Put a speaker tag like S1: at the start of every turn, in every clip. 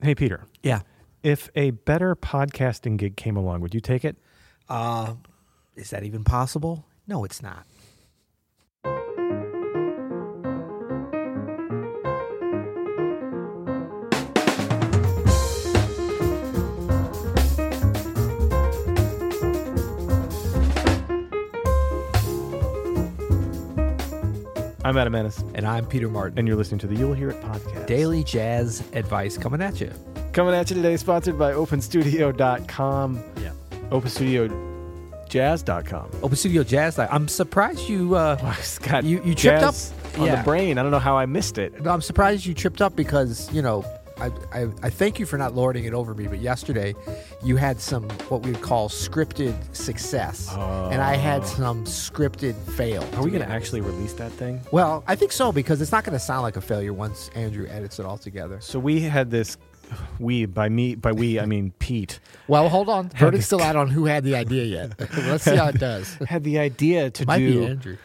S1: Hey, Peter,
S2: Yeah.
S1: if a better podcasting gig came along, would you take it?
S2: Uh, is that even possible? No, it's not.
S1: I'm Adam Menace,
S2: And I'm Peter Martin.
S1: and you're listening to the You'll Hear It podcast.
S2: Daily jazz advice coming at you.
S1: Coming at you today, sponsored by OpenStudio.com,
S2: Yeah.
S1: OpenStudioJazz.com.
S2: Open Studio Jazz. Live. I'm surprised you. Uh,
S1: It's got
S2: You- you tripped
S1: jazz
S2: up?
S1: on the
S2: Yeah.
S1: brain. I don't know how I missed it.
S2: I'm surprised you tripped up because you know. I, I, I thank you for not lording it over me, but yesterday you had some what we would call scripted success, and I had some scripted fail.
S1: Are we
S2: to be
S1: going to actually release that thing?
S2: Well, I think so because it's not going to sound like a failure once Andrew edits it all together.
S1: So we had this. We by me by we I mean Pete
S2: Well, hold on. Verdict's still out on who had the idea yet. Let's see how it does.
S1: had the idea to
S2: Might
S1: do
S2: be Andrew.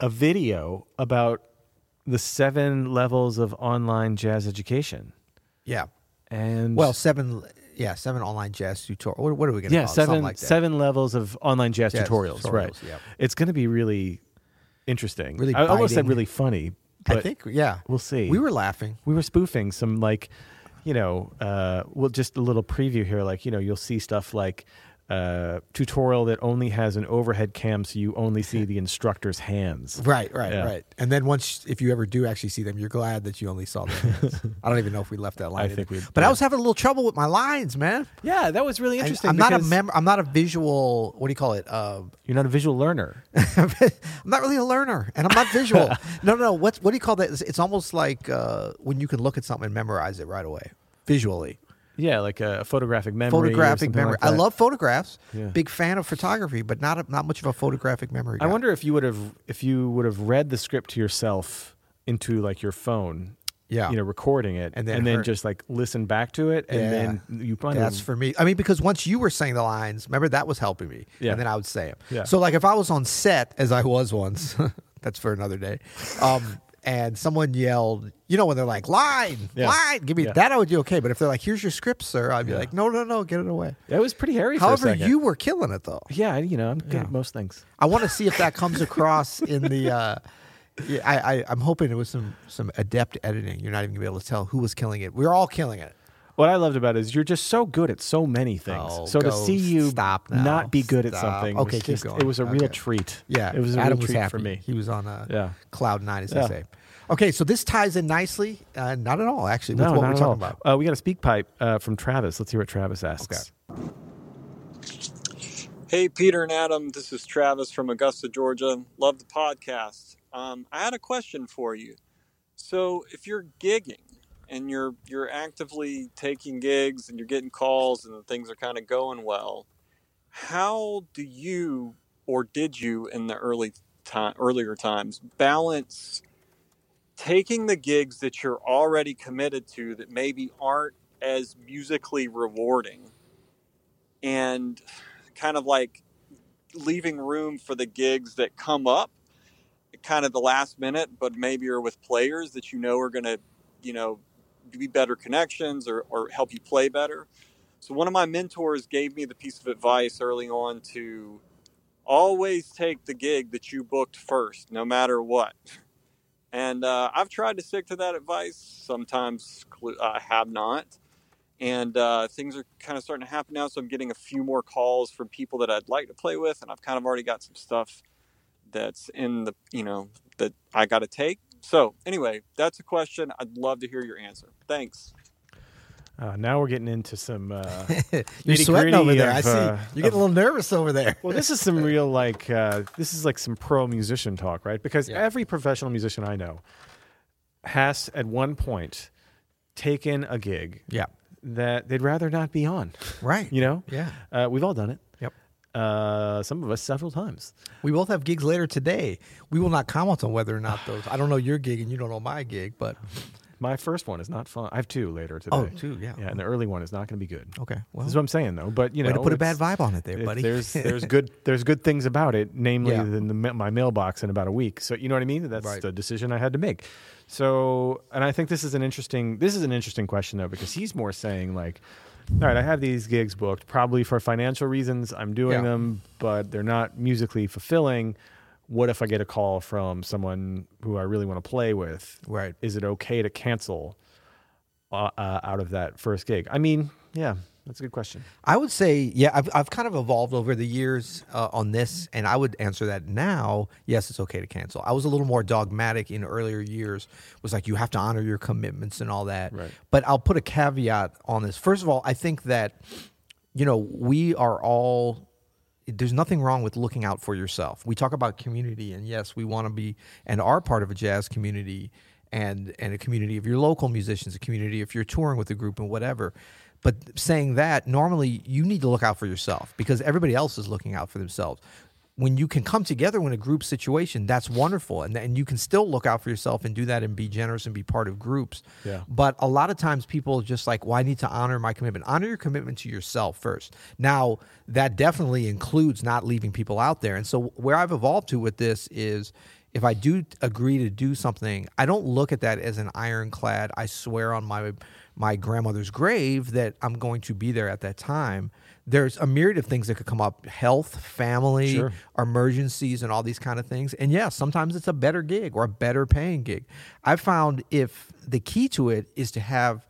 S1: a video about the seven levels of online jazz education.
S2: Yeah.
S1: And
S2: Well, seven. Yeah, seven online jazz tutorial. What, what are we going to
S1: yeah,
S2: call it?
S1: seven
S2: Something like that.
S1: seven levels of online jazz,
S2: Jazz
S1: tutorials,
S2: tutorials,
S1: Right.
S2: yep.
S1: It's going to be really interesting.
S2: Really
S1: I almost said
S2: biting.
S1: really funny, but
S2: I think. Yeah.
S1: we'll see.
S2: We were laughing.
S1: we were spoofing some like, you know, uh, well, just a little preview here. Like, you know, you'll see stuff like. Uh, tutorial that only has an overhead cam, so you only see the instructor's hands.
S2: Right. Right.
S1: Yeah.
S2: Right. And then once, if you ever do actually see them, you're glad that you only saw them. I don't even know if we left that line. in
S1: think
S2: there.
S1: we-
S2: But
S1: yeah.
S2: I was having a little trouble with my lines, man.
S1: Yeah, that was really
S2: I-
S1: interesting.
S2: I'm not a
S1: because
S2: mem- I'm not a visual. What do you call it? Uh,
S1: You're not a visual learner.
S2: I'm not really a learner, and I'm not visual. no, no, no. What's what do you call that? It's, it's almost like uh, when you can look at something and memorize it right away visually.
S1: Yeah, like a photographic memory. or
S2: Photographic
S1: something
S2: memory.
S1: like
S2: I
S1: that.
S2: love photographs.
S1: Yeah.
S2: Big fan of photography, but not a, not much of a photographic memory.
S1: I
S2: guy.
S1: wonder if you would have if you would have read the script to yourself into like your phone.
S2: Yeah.
S1: You know, recording it
S2: And then heard-
S1: just like listen back to it and
S2: Yeah.
S1: then you probably
S2: That's for me. I mean, because once you were saying the lines, remember that was helping me,
S1: Yeah.
S2: and then I would say them.
S1: Yeah.
S2: So, like, if I was on set as I was once, that's for another day. Um, and someone yelled, you know, when they're like, "Line,
S1: Yeah.
S2: line, give me
S1: Yeah.
S2: that," I would do okay. But if they're like, "Here's your script, sir," I'd be
S1: Yeah.
S2: like, "No, no, no, get it away."
S1: That was pretty hairy for
S2: However,
S1: a second.
S2: you were killing it though.
S1: Yeah, you know, I'm good at most things.
S2: I want to see if that comes across in the. Uh, yeah, I, I, I'm hoping it was some some adept editing. You're not even gonna be able to tell who was killing it. We are all killing it.
S1: What I loved about it is you're just so good at so many things.
S2: Oh,
S1: so to
S2: go
S1: see you
S2: stop now.
S1: not be good at
S2: Stop.
S1: something,
S2: Okay,
S1: was
S2: keep
S1: just-
S2: going.
S1: it was a real
S2: Okay.
S1: treat.
S2: Yeah,
S1: it was a real
S2: Adam was
S1: treat
S2: happy.
S1: for me.
S2: He was on a
S1: Yeah.
S2: cloud nine, as
S1: Yeah.
S2: they say. Okay, so this ties in nicely. Uh, not at all, actually, with
S1: no,
S2: what
S1: not
S2: we're
S1: at
S2: talking
S1: all.
S2: about.
S1: Uh, we got a speak pipe uh, from Travis. Let's hear what Travis asks.
S3: Hey, Peter and Adam, this is Travis from Augusta, Georgia. Love the podcast. Um, I had a question for you. So, if you're gigging and you're you're actively taking gigs and you're getting calls and things are kind of going well, how do you or did you in the early time earlier times balance taking the gigs that you're already committed to that maybe aren't as musically rewarding and kind of like leaving room for the gigs that come up kind of the last minute but maybe you're with players that you know are going to you know be better connections or, or help you play better so one of my mentors gave me the piece of advice early on to always take the gig that you booked first no matter what and uh, i've tried to stick to that advice sometimes clu- i have not and uh, things are kind of starting to happen now. So I'm getting a few more calls from people that I'd like to play with, and I've kind of already got some stuff that's in the you know that I got to take. So anyway, that's a question. I'd love to hear your answer. Thanks.
S1: Uh, now we're getting into some. Uh,
S2: You're
S1: nitty-gritty
S2: sweating over there.
S1: of,
S2: I see.
S1: uh,
S2: You're getting a little nervous over there.
S1: well, this is some real like uh, this is like some pro musician talk, right? Because
S2: Yeah.
S1: every professional musician I know has at one point taken a gig
S2: yeah.
S1: that they'd rather not be on.
S2: Right.
S1: You know,
S2: Yeah.
S1: uh, we've all done it.
S2: Yep.
S1: Uh, some of us several times.
S2: We both have gigs later today. We will not comment on whether or not those. I don't know your gig and you don't know my gig, but
S1: My first one is not fun. I have two later today.
S2: Oh, two, yeah.
S1: Yeah, and the early one is not going to be good.
S2: Okay. Well,
S1: This is what I'm saying though. But you know,
S2: way to put a
S1: it's-
S2: bad vibe on it there,
S1: it-
S2: buddy.
S1: There's there's good there's good things about it, namely
S2: Yeah.
S1: in the, ma- my mailbox in about a week. So you know what I mean. That's
S2: Right.
S1: the decision I had to make. So and I think this is an interesting this is an interesting question though because he's more saying like, all right, I have these gigs booked probably for financial reasons. I'm doing
S2: Yeah.
S1: them, but they're not musically fulfilling. What if I get a call from someone who I really want to play with?
S2: Right.
S1: Is it okay to cancel uh, uh, out of that first gig? I mean, yeah, that's a good question.
S2: I would say, yeah, I've, I've kind of evolved over the years uh, on this, and I would answer that now. Yes, it's okay to cancel. I was a little more dogmatic in earlier years, was like, you have to honor your commitments and all that.
S1: Right.
S2: But I'll put a caveat on this. First of all, I think that, you know, we are all there's nothing wrong with looking out for yourself. We talk about community, and yes, we want to be and are part of a jazz community and and a community of your local musicians, a community if you're touring with a group and whatever. But saying that, normally you need to look out for yourself because everybody else is looking out for themselves. When you can come together in a group situation, that's wonderful, and and you can still look out for yourself and do that and be generous and be part of groups.
S1: Yeah.
S2: But a lot of times people are just like, well, I need to honor my commitment. Honor your commitment to yourself first. Now, that definitely includes not leaving people out there. And so, where I've evolved to with this is if I do agree to do something, I don't look at that as an ironclad, I swear on my my grandmother's grave that I'm going to be there at that time. There's a myriad of things that could come up health, family,
S1: Sure.
S2: emergencies and all these kind of things. And yes, sometimes it's a better gig or a better paying gig. I found if the key to it is to have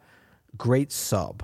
S2: great sub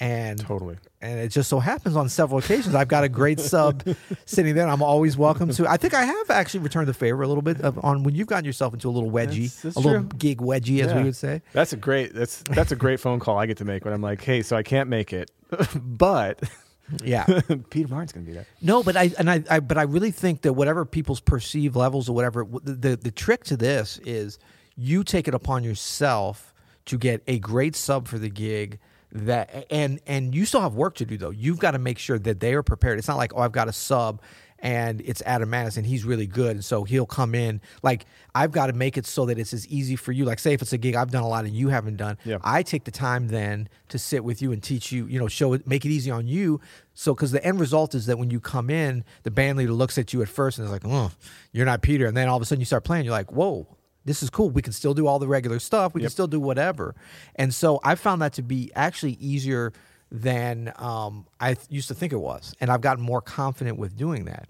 S2: and
S1: Totally.
S2: and it just so happens on several occasions I've got a great sub sitting there. and I'm always welcome to. I think I have actually returned the favor a little bit of, on when you've gotten yourself into a little wedgie,
S1: That's- that's
S2: a little
S1: true.
S2: gig wedgie, as we
S1: Yeah.
S2: would say.
S1: That's a great that's that's a great phone call I get to make when I'm like, hey, so I can't make it, but
S2: Yeah.
S1: Peter Martin's gonna do that.
S2: No, but I and I, I but I really think that whatever people's perceived levels or whatever, w- the, the the trick to this is you take it upon yourself to get a great sub for the gig that and and you still have work to do though. You've got to make sure that they are prepared. It's not like oh I've got a sub and it's Adam Mattis and he's really good and so he'll come in like I've got to make it so that it's as easy for you like say if it's a gig I've done a lot and you haven't done
S1: Yeah.
S2: I take the time then to sit with you and teach you, you know, show it, make it easy on you. So, because the end result is that when you come in, the band leader looks at you at first and is like, oh, you're not Peter. And then all of a sudden you start playing, you're like, whoa, this is cool. We can still do all the regular stuff, we can still do whatever. And so I found that to be actually easier than um, I th- used to think it was. And I've gotten more confident with doing that.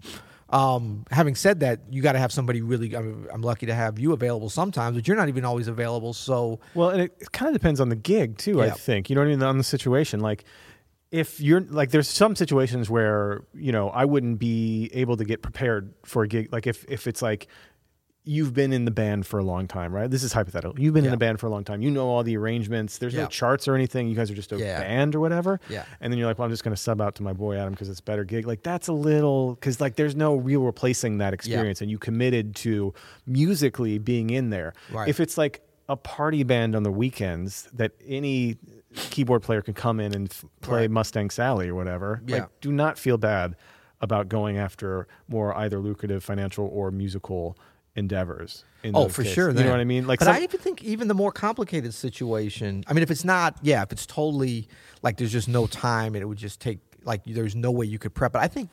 S2: Um, having said that, you got to have somebody really. I mean, I'm lucky to have you available sometimes, but you're not even always available. So,
S1: Well, and it, it kind of depends on the gig too. I
S2: Yeah.
S1: think you know what I mean on the situation. Like if you're like, there's some situations where you know I wouldn't be able to get prepared for a gig. Like if if it's like you've been in the band for a long time, right? This is hypothetical. You've been in
S2: Yeah.
S1: the band for a long time. You know all the arrangements. There's
S2: Yeah.
S1: no charts or anything. You guys are just a
S2: Yeah.
S1: band or whatever.
S2: Yeah.
S1: And then you're like, well, I'm just going to sub out to my boy Adam because it's a better gig. Like that's a little because like there's no real replacing that experience, and you committed to musically being in there.
S2: Right.
S1: If it's like a party band on the weekends that any keyboard player can come in and f- play
S2: Right.
S1: Mustang Sally or whatever,
S2: Yeah.
S1: like do not feel bad about going after more either lucrative financial or musical endeavors. In
S2: Oh,
S1: those
S2: for
S1: cases.
S2: sure.
S1: You
S2: then.
S1: know what I mean? Like,
S2: but
S1: some-
S2: I even think even the more complicated situation. I mean, if it's not, yeah, if it's totally like there's just no time and it would just take like there's no way you could prep. But I think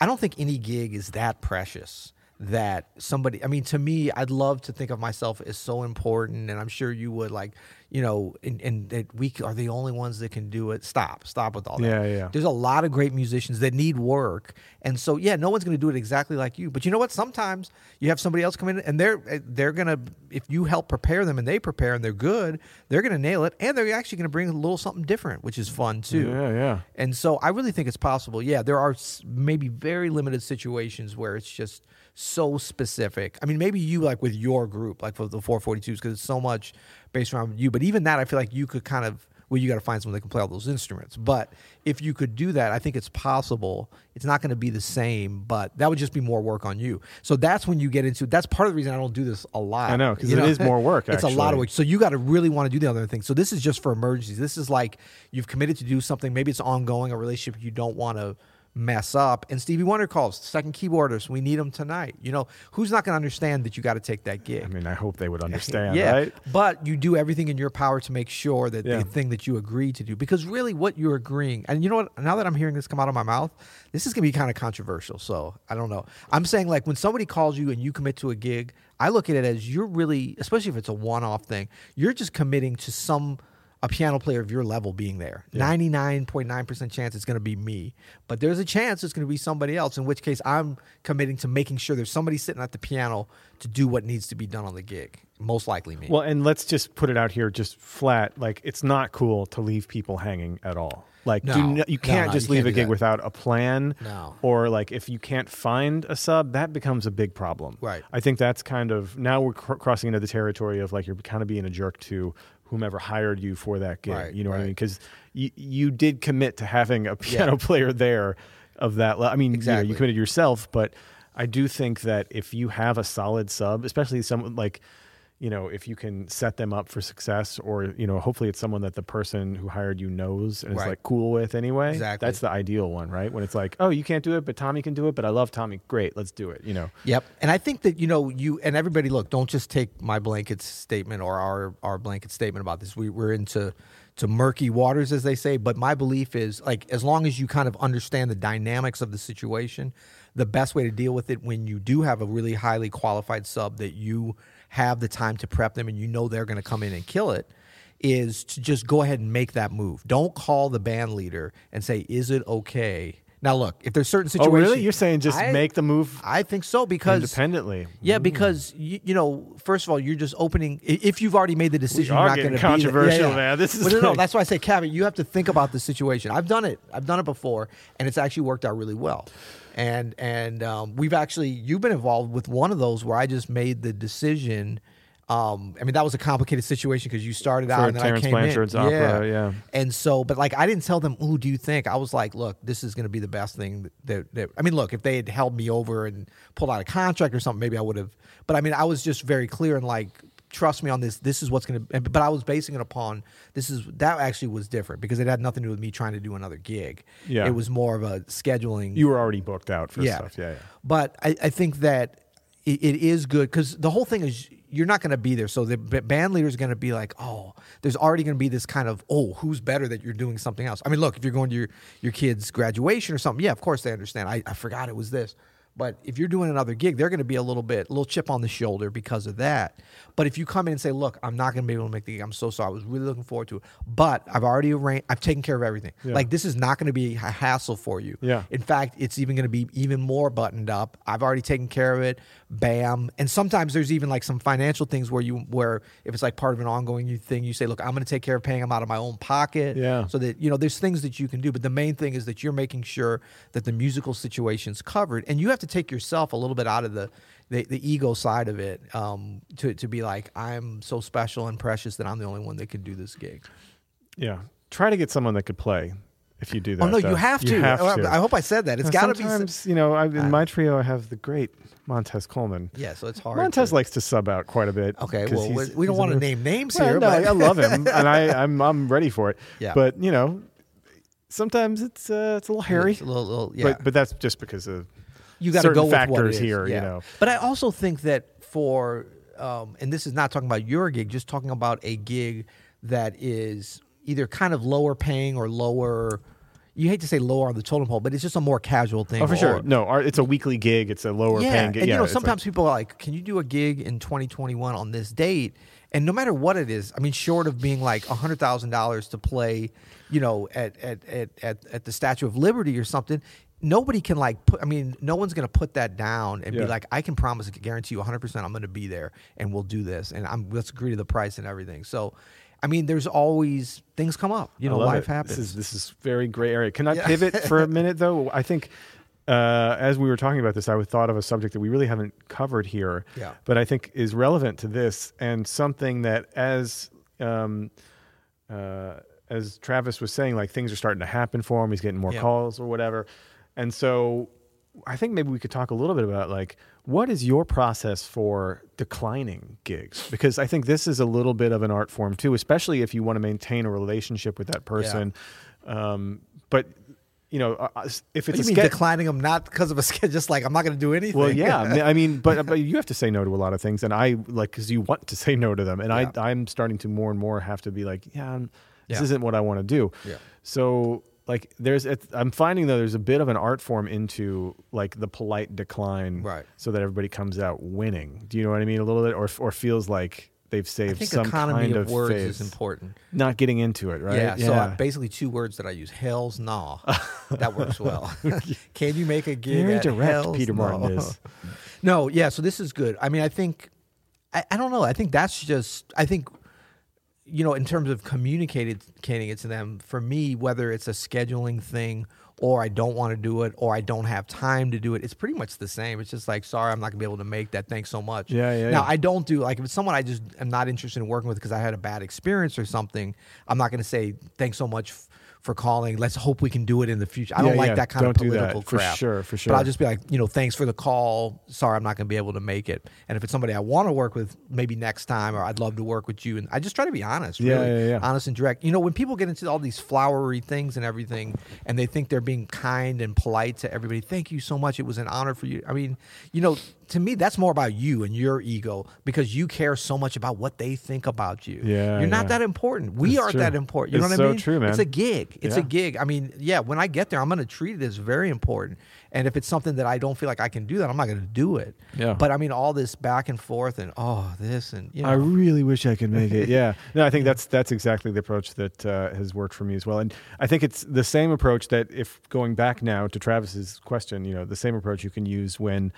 S2: I don't think any gig is that precious that somebody. I mean, to me, I'd love to think of myself as so important, and I'm sure you would like, you know, and, and that we are the only ones that can do it. Stop, stop with all that.
S1: Yeah, yeah.
S2: There's a lot of great musicians that need work, and so yeah, no one's going to do it exactly like you. But you know what? Sometimes you have somebody else come in, and they're eh, they're going to if you help prepare them and they prepare and they're good, they're going to nail it, and they're actually going to bring a little something different, which is fun too.
S1: yeah, yeah.
S2: And so I really think it's possible. Yeah, there are s- maybe very limited situations where it's just so specific. I mean, maybe you like with your group, like for the 442s, because it's so much based around you. But even that, I feel like you could kind of, well, you got to find someone that can play all those instruments. But if you could do that, I think it's possible. It's not going to be the same, but that would just be more work on you. So that's when you get into, that's part of the reason I don't do this a lot.
S1: I know, 'cause
S2: You
S1: it is more work,
S2: it's a lot of
S1: actually.
S2: work. So you got to really want to do the other thing. So this is just for emergencies. This is like you've committed to do something. Maybe it's ongoing, a relationship you don't want to mess up. And Stevie Wonder calls, second keyboardist. We need him tonight. You know, who's not going to understand that you got to take that gig?
S1: I mean, I hope they would understand,
S2: yeah,
S1: right?
S2: but you do everything in your power to make sure that
S1: Yeah.
S2: the thing that you agreed to do, because really what you're agreeing, and you know what? Now that I'm hearing this come out of my mouth, this is going to be kind of controversial. So I don't know. I'm saying like when somebody calls you and you commit to a gig, I look at it as you're really, especially if it's a one-off thing, you're just committing to some a piano player of your level being there. 99.9% chance it's going to be me. But there's a chance it's going to be somebody else, in which case I'm committing to making sure there's somebody sitting at the piano to do what needs to be done on the gig. Most likely me.
S1: Well, and let's just put it out here, just flat. Like, it's not cool to leave people hanging at all. Like, do
S2: No.
S1: no,
S2: No,
S1: you can't
S2: no,
S1: just
S2: you
S1: leave
S2: can't
S1: a
S2: do
S1: gig
S2: that.
S1: without a plan.
S2: No.
S1: Or like, if you can't find a sub, that becomes a big problem.
S2: Right.
S1: I think that's kind of now we're cr- crossing into the territory of like you're kind of being a jerk to whomever hired you for that gig.
S2: Right,
S1: you know what I
S2: right.
S1: mean? Because you you did commit to having a piano player there of that. Le- I mean, you, know,
S2: Exactly.
S1: you committed yourself, but I do think that if you have a solid sub, especially someone like, you know, if you can set them up for success, or you know, hopefully it's someone that the person who hired you knows and
S2: Right.
S1: is like cool with anyway.
S2: Exactly.
S1: That's the ideal one, right? When it's like, oh, you can't do it, but Tommy can do it, but I love Tommy. Great, let's do it. You know.
S2: Yep. And I think that, you know, you and everybody look, don't just take my blanket statement or our, our blanket statement about this. We, we're into to murky waters, as they say. But my belief is like as long as you kind of understand the dynamics of the situation, the best way to deal with it when you do have a really highly qualified sub that you have the time to prep them and you know they're going to come in and kill it is to just go ahead and make that move. Don't call the band leader and say, is it okay? Now look, if there's certain
S1: Oh,
S2: situations
S1: really? You're saying just
S2: I-
S1: make the move
S2: I think so because
S1: independently?
S2: yeah, because you, you know, first of all, you're just opening. i- If you've already made the decision, you're
S1: are
S2: not going to
S1: getting
S2: be
S1: controversial,
S2: there. Yeah, yeah.
S1: man. This is
S2: But no, no,
S1: like-
S2: that's why I say, Kevin, you have to think about the situation. I've done it. I've done it before, and it's actually worked out really well. And and um, we've actually you've been involved with one of those where I just made the decision. Um, I mean, that was a complicated situation because you started out and then
S1: Terrence
S2: I came
S1: Blanchard's
S2: in.
S1: opera, yeah.
S2: And so, but like, I didn't tell them, "Ooh, do you think?" I was like, "Look, this is going to be the best thing." That, that, that- I mean, look, if they had held me over and pulled out a contract or something, maybe I would have. But I mean, I was just very clear and like, "Trust me on this. This is what's going to." But I was basing it upon this is that actually was different because it had nothing to do with me trying to do another gig.
S1: Yeah.
S2: it was more of a scheduling.
S1: You were already booked out for stuff. Yeah. yeah.
S2: But I, I think that it, it is good because the whole thing is you're not going to be there. So the b- band leader is going to be like, oh, there's already going to be this kind of, oh, who's better that you're doing something else? I mean, look, if you're going to your, your kid's graduation or something, yeah, of course they understand. I, I forgot it was this. But if you're doing another gig, they're going to be a little bit, a little chip on the shoulder because of that. But if you come in and say, "Look, I'm not going to be able to make the gig. I'm so sorry. I was really looking forward to it, but I've already arranged. I've taken care of everything. Like this is not going to be a hassle for you.
S1: Yeah.
S2: In fact, it's even going to be even more buttoned up. I've already taken care of it. Bam. And sometimes there's even like some financial things where you where if it's like part of an ongoing you- thing, you say, "Look, I'm going to take care of paying them out of my own pocket."
S1: Yeah.
S2: So that you know, there's things that you can do, but the main thing is that you're making sure that the musical situation's covered, and you have to take yourself a little bit out of the the, the ego side of it um, to to be like, "I'm so special and precious that I'm the only one that can do this gig."
S1: Yeah. Try to get someone that could play if you do that.
S2: Oh no,
S1: though.
S2: you have to.
S1: You have
S2: I-
S1: to.
S2: I hope I said that. It's
S1: Now,
S2: got to be. s-
S1: Sometimes, you know, I, in my trio, I have the great Montez Coleman.
S2: Yeah, so it's hard.
S1: Montez
S2: to-
S1: likes to sub out quite a bit.
S2: Okay,
S1: 'cause
S2: well, we-
S1: he's-
S2: we don't
S1: he's
S2: want to
S1: under-
S2: name names
S1: Well,
S2: here,
S1: no,
S2: but
S1: I love him, and I, I'm I'm ready for it.
S2: Yeah.
S1: But you know, sometimes it's uh, it's a little hairy.
S2: It's a little, little- yeah.
S1: But but that's just because of
S2: you got to
S1: certain
S2: go with what it
S1: factors
S2: is,
S1: here.
S2: yeah.
S1: You know,
S2: But I also think that for, um, and this is not talking about your gig, just talking about a gig that is either kind of lower paying or lower. You hate to say lower on the totem pole, but it's just a more casual thing.
S1: oh for
S2: or-
S1: sure. No, our, it's a weekly gig. It's a lower
S2: yeah,
S1: paying gig.
S2: and
S1: yeah,
S2: you know
S1: it's like-
S2: sometimes people are like, "Can you do a gig in 2021 on this date?" And no matter what it is, I mean, short of being like hundred thousand dollars to play, you know, at at, at at at the Statue of Liberty or something, nobody can like put. I mean, no one's going to put that down and
S1: Yeah.
S2: be like, "I can promise, guarantee you, one hundred percent, I'm going to be there and we'll do this and I'm let's agree to the price and everything." So, I mean, there's always things come up. You
S1: I
S2: know,
S1: love
S2: life
S1: it.
S2: happens.
S1: This is this is very gray area. Can I pivot for a minute though? I think uh, as we were talking about this, I would thought of a subject that we really haven't covered here,
S2: Yeah.
S1: but I think is relevant to this and something that as um, uh, as Travis was saying, like things are starting to happen for him. He's getting more
S2: Yeah.
S1: calls or whatever, and so I think maybe we could talk a little bit about like what is your process for declining gigs because I think this is a little bit of an art form too, especially if you want to maintain a relationship with that person. Um, but you know, uh, uh, if it's
S2: What do
S1: a
S2: you mean
S1: sketch,
S2: declining them not because of a sketch? Just like I'm not going to do anything.
S1: well, yeah, I mean- I mean, but but you have to say no to a lot of things, and I like because you want to say no to them, and I I'm starting to more and more have to be like, yeah, I'm, this
S2: Yeah.
S1: isn't what I want to do.
S2: Yeah.
S1: So like, there's it's- I'm finding though there's a bit of an art form into like the polite decline,
S2: Right.
S1: So that everybody comes out winning. Do you know what I mean? A little bit, or or feels like they've
S2: I
S1: saved
S2: think
S1: some
S2: economy
S1: kind
S2: of, words
S1: face.
S2: is important.
S1: Not getting into it, right?
S2: Yeah, So I, basically, two words that I use: hell's nah. that works well. Can you make a gig?
S1: Very
S2: at
S1: direct,
S2: hell's
S1: Peter
S2: nah?
S1: Martin is.
S2: No, yeah. So this is good. I mean, I think, I, I don't know. I think that's just. I think, you know, in terms of communicating it to them, for me, whether it's a scheduling thing or I don't want to do it or I don't have time to do it, it's pretty much the same. It's just like, sorry, I'm not gonna be able to make that. Thanks so much.
S1: Yeah, yeah,
S2: Now
S1: yeah.
S2: I don't do like if it's someone I just am not interested in working with because I had a bad experience or something. I'm not gonna say thanks so much. f- for calling, let's hope we can do it in the future. I
S1: Yeah,
S2: don't like
S1: yeah.
S2: that kind of
S1: Don't do that,
S2: political
S1: for
S2: crap.
S1: sure, for
S2: But I'll
S1: sure.
S2: just just be like, you know, thanks for the call. Sorry, I'm not going to be able to make it. And if it's somebody I want to work with, maybe next time, or I'd love to work with you. And I just try to be honest,
S1: Yeah,
S2: really
S1: yeah, yeah.
S2: honest and direct. You know, when people get into all these flowery things and everything, and they think they're being kind and polite to everybody, thank you so much. It was an honor for you. I mean, you know, to me, that's more about you and your ego because you care so much about what they think about you.
S1: Yeah,
S2: you're not
S1: yeah.
S2: that important. We
S1: It's
S2: aren't
S1: true.
S2: that important. You
S1: It's
S2: know what I
S1: so
S2: mean?
S1: true, man.
S2: It's a gig. It's a
S1: Yeah.
S2: gig. I mean, yeah, when I get there, I'm going to treat it as very important. And if it's something that I don't feel like I can do that, I'm not going to do it.
S1: Yeah.
S2: But I mean, all this back and forth and oh, this and you know,
S1: I really wish I could make it. Yeah. No, I think that's that's exactly the approach that uh, has worked for me as well. And I think it's the same approach that if going back now to Travis's question, you know, the same approach you can use when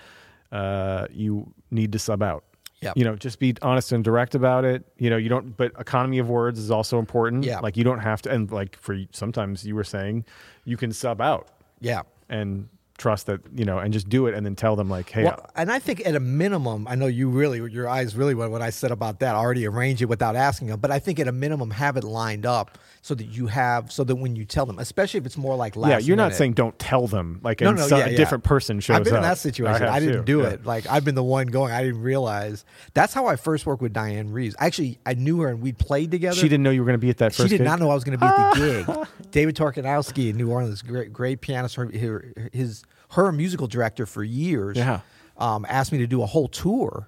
S1: uh, you need to sub out.
S2: Yep.
S1: You know, just be honest and direct about it. You know, you don't but economy of words is also important.
S2: Yeah.
S1: Like you don't have to and like for sometimes you were saying you can sub out
S2: yeah.
S1: and trust that, you know, and just do it and then tell them like, "Hey,
S2: Well, and I think at a minimum, I know you really, your eyes really went when I said about that. I already arrange it without asking them, but I think at a minimum, have it lined up so that you have, so that when you tell them, especially if it's more like last.
S1: yeah, you're not
S2: minute.
S1: saying don't tell them. Like,
S2: No,
S1: and
S2: no,
S1: so-
S2: yeah,
S1: a
S2: yeah.
S1: different person shows up.
S2: I've been in that situation.
S1: have
S2: I, didn't
S1: too,
S2: do
S1: yeah.
S2: it. Like I've been the one going. I didn't realize. That's how I first worked with Diane Reeves. Actually, I knew her and we played together.
S1: She didn't know you were going to be at that
S2: She
S1: first.
S2: did
S1: gig?
S2: not know I was going to be at the gig. David Torkanowski in New Orleans, great, great pianist. Her, her, his, her musical director for years.
S1: Yeah.
S2: Um, asked me to do a whole tour,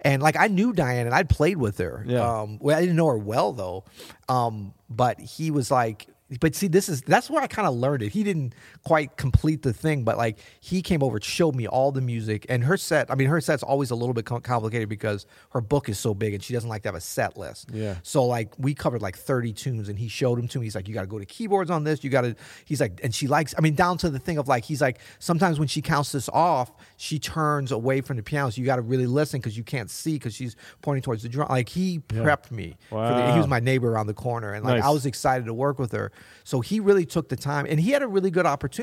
S2: and like I knew Diane and I'd played with her.
S1: Yeah.
S2: Um, well, I didn't know her well though. Um, but he was like, but see, this is that's where I kind of learned it. He didn't quite complete the thing, but like he came over, showed me all the music and her set. I mean, her set's always a little bit com- complicated because her book is so big and she doesn't like to have a set list.
S1: Yeah.
S2: So like we covered like 30 tunes and he showed them to me. He's like, you got to go to keyboards on this. You got to, he's like, and she likes, I mean, down to the thing of like, he's like, sometimes when she counts this off, she turns away from the piano. So you got to really listen because you can't see because she's pointing towards the drum. Like he prepped me. For the, he
S1: Wow.
S2: was my neighbor around the corner. And like,
S1: Nice.
S2: I was excited to work with her. So he really took the time and he had a really good opportunity.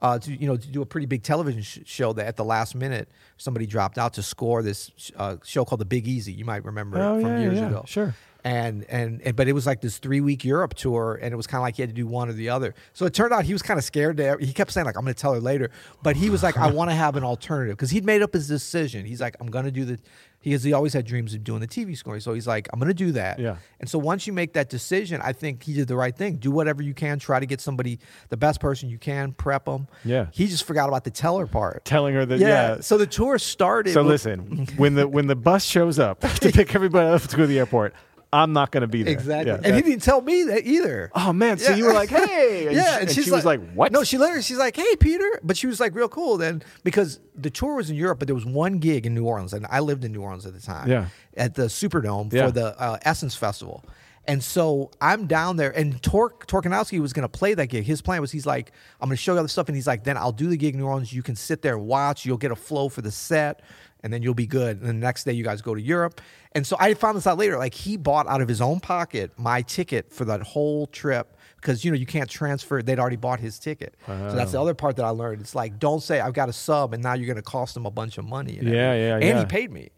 S2: Uh, to you know, to do a pretty big television sh- show that at the last minute somebody dropped out to score this sh- uh, show called The Big Easy. You might remember it
S1: Oh,
S2: from
S1: yeah,
S2: years
S1: yeah,
S2: ago.
S1: sure.
S2: And, and and but it was like this three week Europe tour, and it was kind of like he had to do one or the other. So it turned out he was kind of scared. To, he kept saying like I'm going to tell her later, but he was like I want to have an alternative because he'd made up his decision. He's like I'm going to do the. He has he always had dreams of doing the TV scoring, so he's like I'm going to do that.
S1: Yeah.
S2: And so once you make that decision, I think he did the right thing. Do whatever you can, try to get somebody the best person you can, prep them.
S1: Yeah.
S2: He just forgot about the teller part.
S1: telling her that. Yeah.
S2: So the tour started.
S1: So
S2: with-
S1: listen, when the when the bus shows up to pick everybody up to go to the airport, I'm not going to be there.
S2: Exactly.
S1: Yeah,
S2: and he
S1: that-
S2: didn't tell me that either.
S1: oh man! So you were like, hey, and
S2: yeah,
S1: she,
S2: and,
S1: and
S2: she's
S1: she was like, what?
S2: No, she literally, she's like, hey, Peter. But she was like real cool then because the tour was in Europe, but there was one gig in New Orleans, and I lived in New Orleans at the time.
S1: Yeah.
S2: At the Superdome
S1: Yeah.
S2: for the uh, Essence Festival. And so I'm down there, and Tork Torkanowski was going to play that gig. His plan was he's like, I'm going to show you all this stuff, and he's like, then I'll do the gig in New Orleans. You can sit there and watch. You'll get a flow for the set, and then you'll be good. And the next day, you guys go to Europe. And so I found this out later. Like he bought out of his own pocket my ticket for that whole trip because you know you can't transfer. They'd already bought his ticket. So that's the other part that I learned. It's like don't say I've got a sub, and now you're going to cost them a bunch of money. and
S1: Yeah,
S2: everything.
S1: yeah,
S2: And
S1: yeah.
S2: he paid me.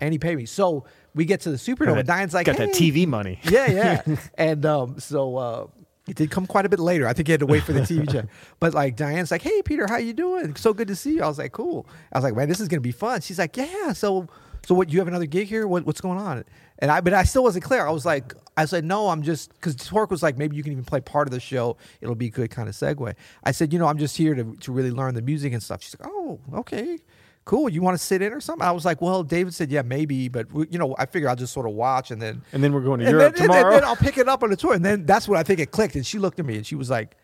S2: And he paid me. So we get to the Superdome,
S1: Got
S2: and
S1: that-
S2: Diane's like,
S1: got
S2: hey.
S1: that TV money.
S2: Yeah, yeah. and um, so uh, it did come quite a bit later. I think he had to wait for the TV check. But like Diane's like, "Hey, Peter, how you doing? So good to see you." I was like, "Cool." I was like, "Man, this is gonna be fun." She's like, "Yeah." So So what? You have another gig here? What, what's going on? And I, but I still wasn't clear. I was like, I said, no, I'm just because Torque was like, maybe you can even play part of the show. It'll be a good kind of segue. I said, you know, I'm just here to to really learn the music and stuff. She's like, oh, okay. Cool. You want to sit in or something? I was like, well, David said, yeah, maybe, but we- you know, I figure I'll just sort of watch and then
S1: And then we're going to
S2: and
S1: Europe
S2: then, and then-
S1: tomorrow.
S2: then I'll pick it up on the tour. And then that's when I think it clicked. And she looked at me and she was like,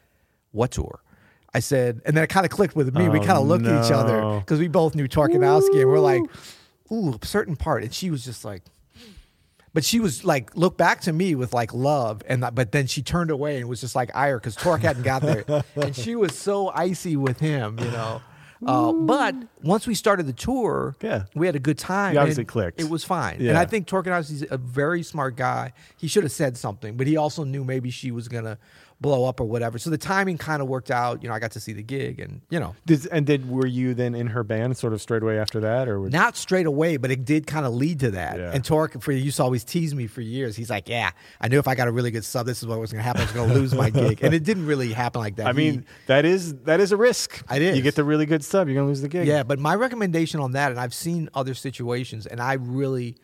S2: What tour? I said, and then it kind of clicked with me. we
S1: Oh,
S2: kind of looked at each other
S1: no.
S2: because we both knew Tarkanowski and we're like, Ooh, a certain part. And she was just like, but she was like, look back to me with like love, and that- but then she turned away and was just like ire because Torque hadn't got there, and she was so icy with him, you know. Uh, but once we started the tour,
S1: Yeah.
S2: we had a good time.
S1: You obviously
S2: and
S1: clicked.
S2: It was fine, and
S1: Yeah.
S2: I think Torquatus is a very smart guy. He should have said something, but he also knew maybe she was gonna blow up or whatever. So the timing kind of worked out. You know, I got to see the gig, and you know,
S1: Did, and did were you then in her band sort of straight away after that, or was,
S2: not straight away, but it did kind of lead to that.
S1: Yeah.
S2: And Torque, for used to always tease me for years. He's like, "Yeah, I knew if I got a really good sub, this is what was going to happen. I was going to lose my gig." And it didn't really happen like that.
S1: I
S2: He-
S1: mean, that is that is a risk.
S2: It is.
S1: You get the really good sub, you're gonna lose the gig.
S2: Yeah, but my recommendation on that, and I've seen other situations, and I really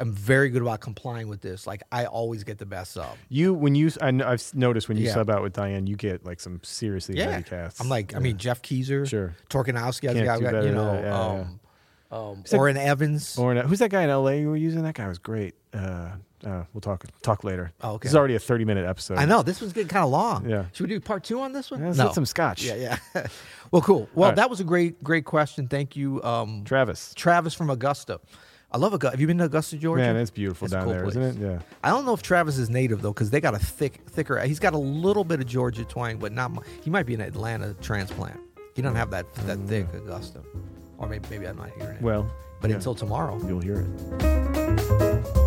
S2: am very good about complying with this. Like I always get the best sub.
S1: You when you I know, I've s- noticed when you
S2: Yeah.
S1: sub out with Diane, you get like some seriously
S2: Yeah,
S1: heavy casts.
S2: I'm like, I mean, Jeff Keezer,
S1: Sure.
S2: Torkanowski,
S1: Can't
S2: I've
S1: do
S2: got
S1: better
S2: you
S1: than
S2: know,
S1: that. Yeah,
S2: um, um, Orin Evans.
S1: or who's that guy in L.A. you were using? That guy was great. Uh, uh, we'll talk talk later.
S2: Oh, okay.
S1: This is already a 30 minute episode.
S2: I know this one's getting kind of long.
S1: Yeah.
S2: Should we do part two on this one?
S1: Yeah, Let's
S2: No.
S1: get some scotch.
S2: Yeah, yeah. well, cool. Well,
S1: right.
S2: that was a great, great question. Thank you, um,
S1: Travis.
S2: Travis from Augusta. I love Augusta. Have you been to Augusta, Georgia?
S1: Man, it's beautiful
S2: a
S1: down
S2: cool
S1: there,
S2: place.
S1: not it? Yeah.
S2: I don't know if Travis is native though, because they got a thick, thicker. He's got a little bit of Georgia twang, but not. mu- He might be an Atlanta transplant. He don't have that that
S1: Mm.
S2: thick Augusta, or maybe maybe I'm not hearing it.
S1: Well,
S2: but
S1: yeah,
S2: until tomorrow.
S1: you'll hear it.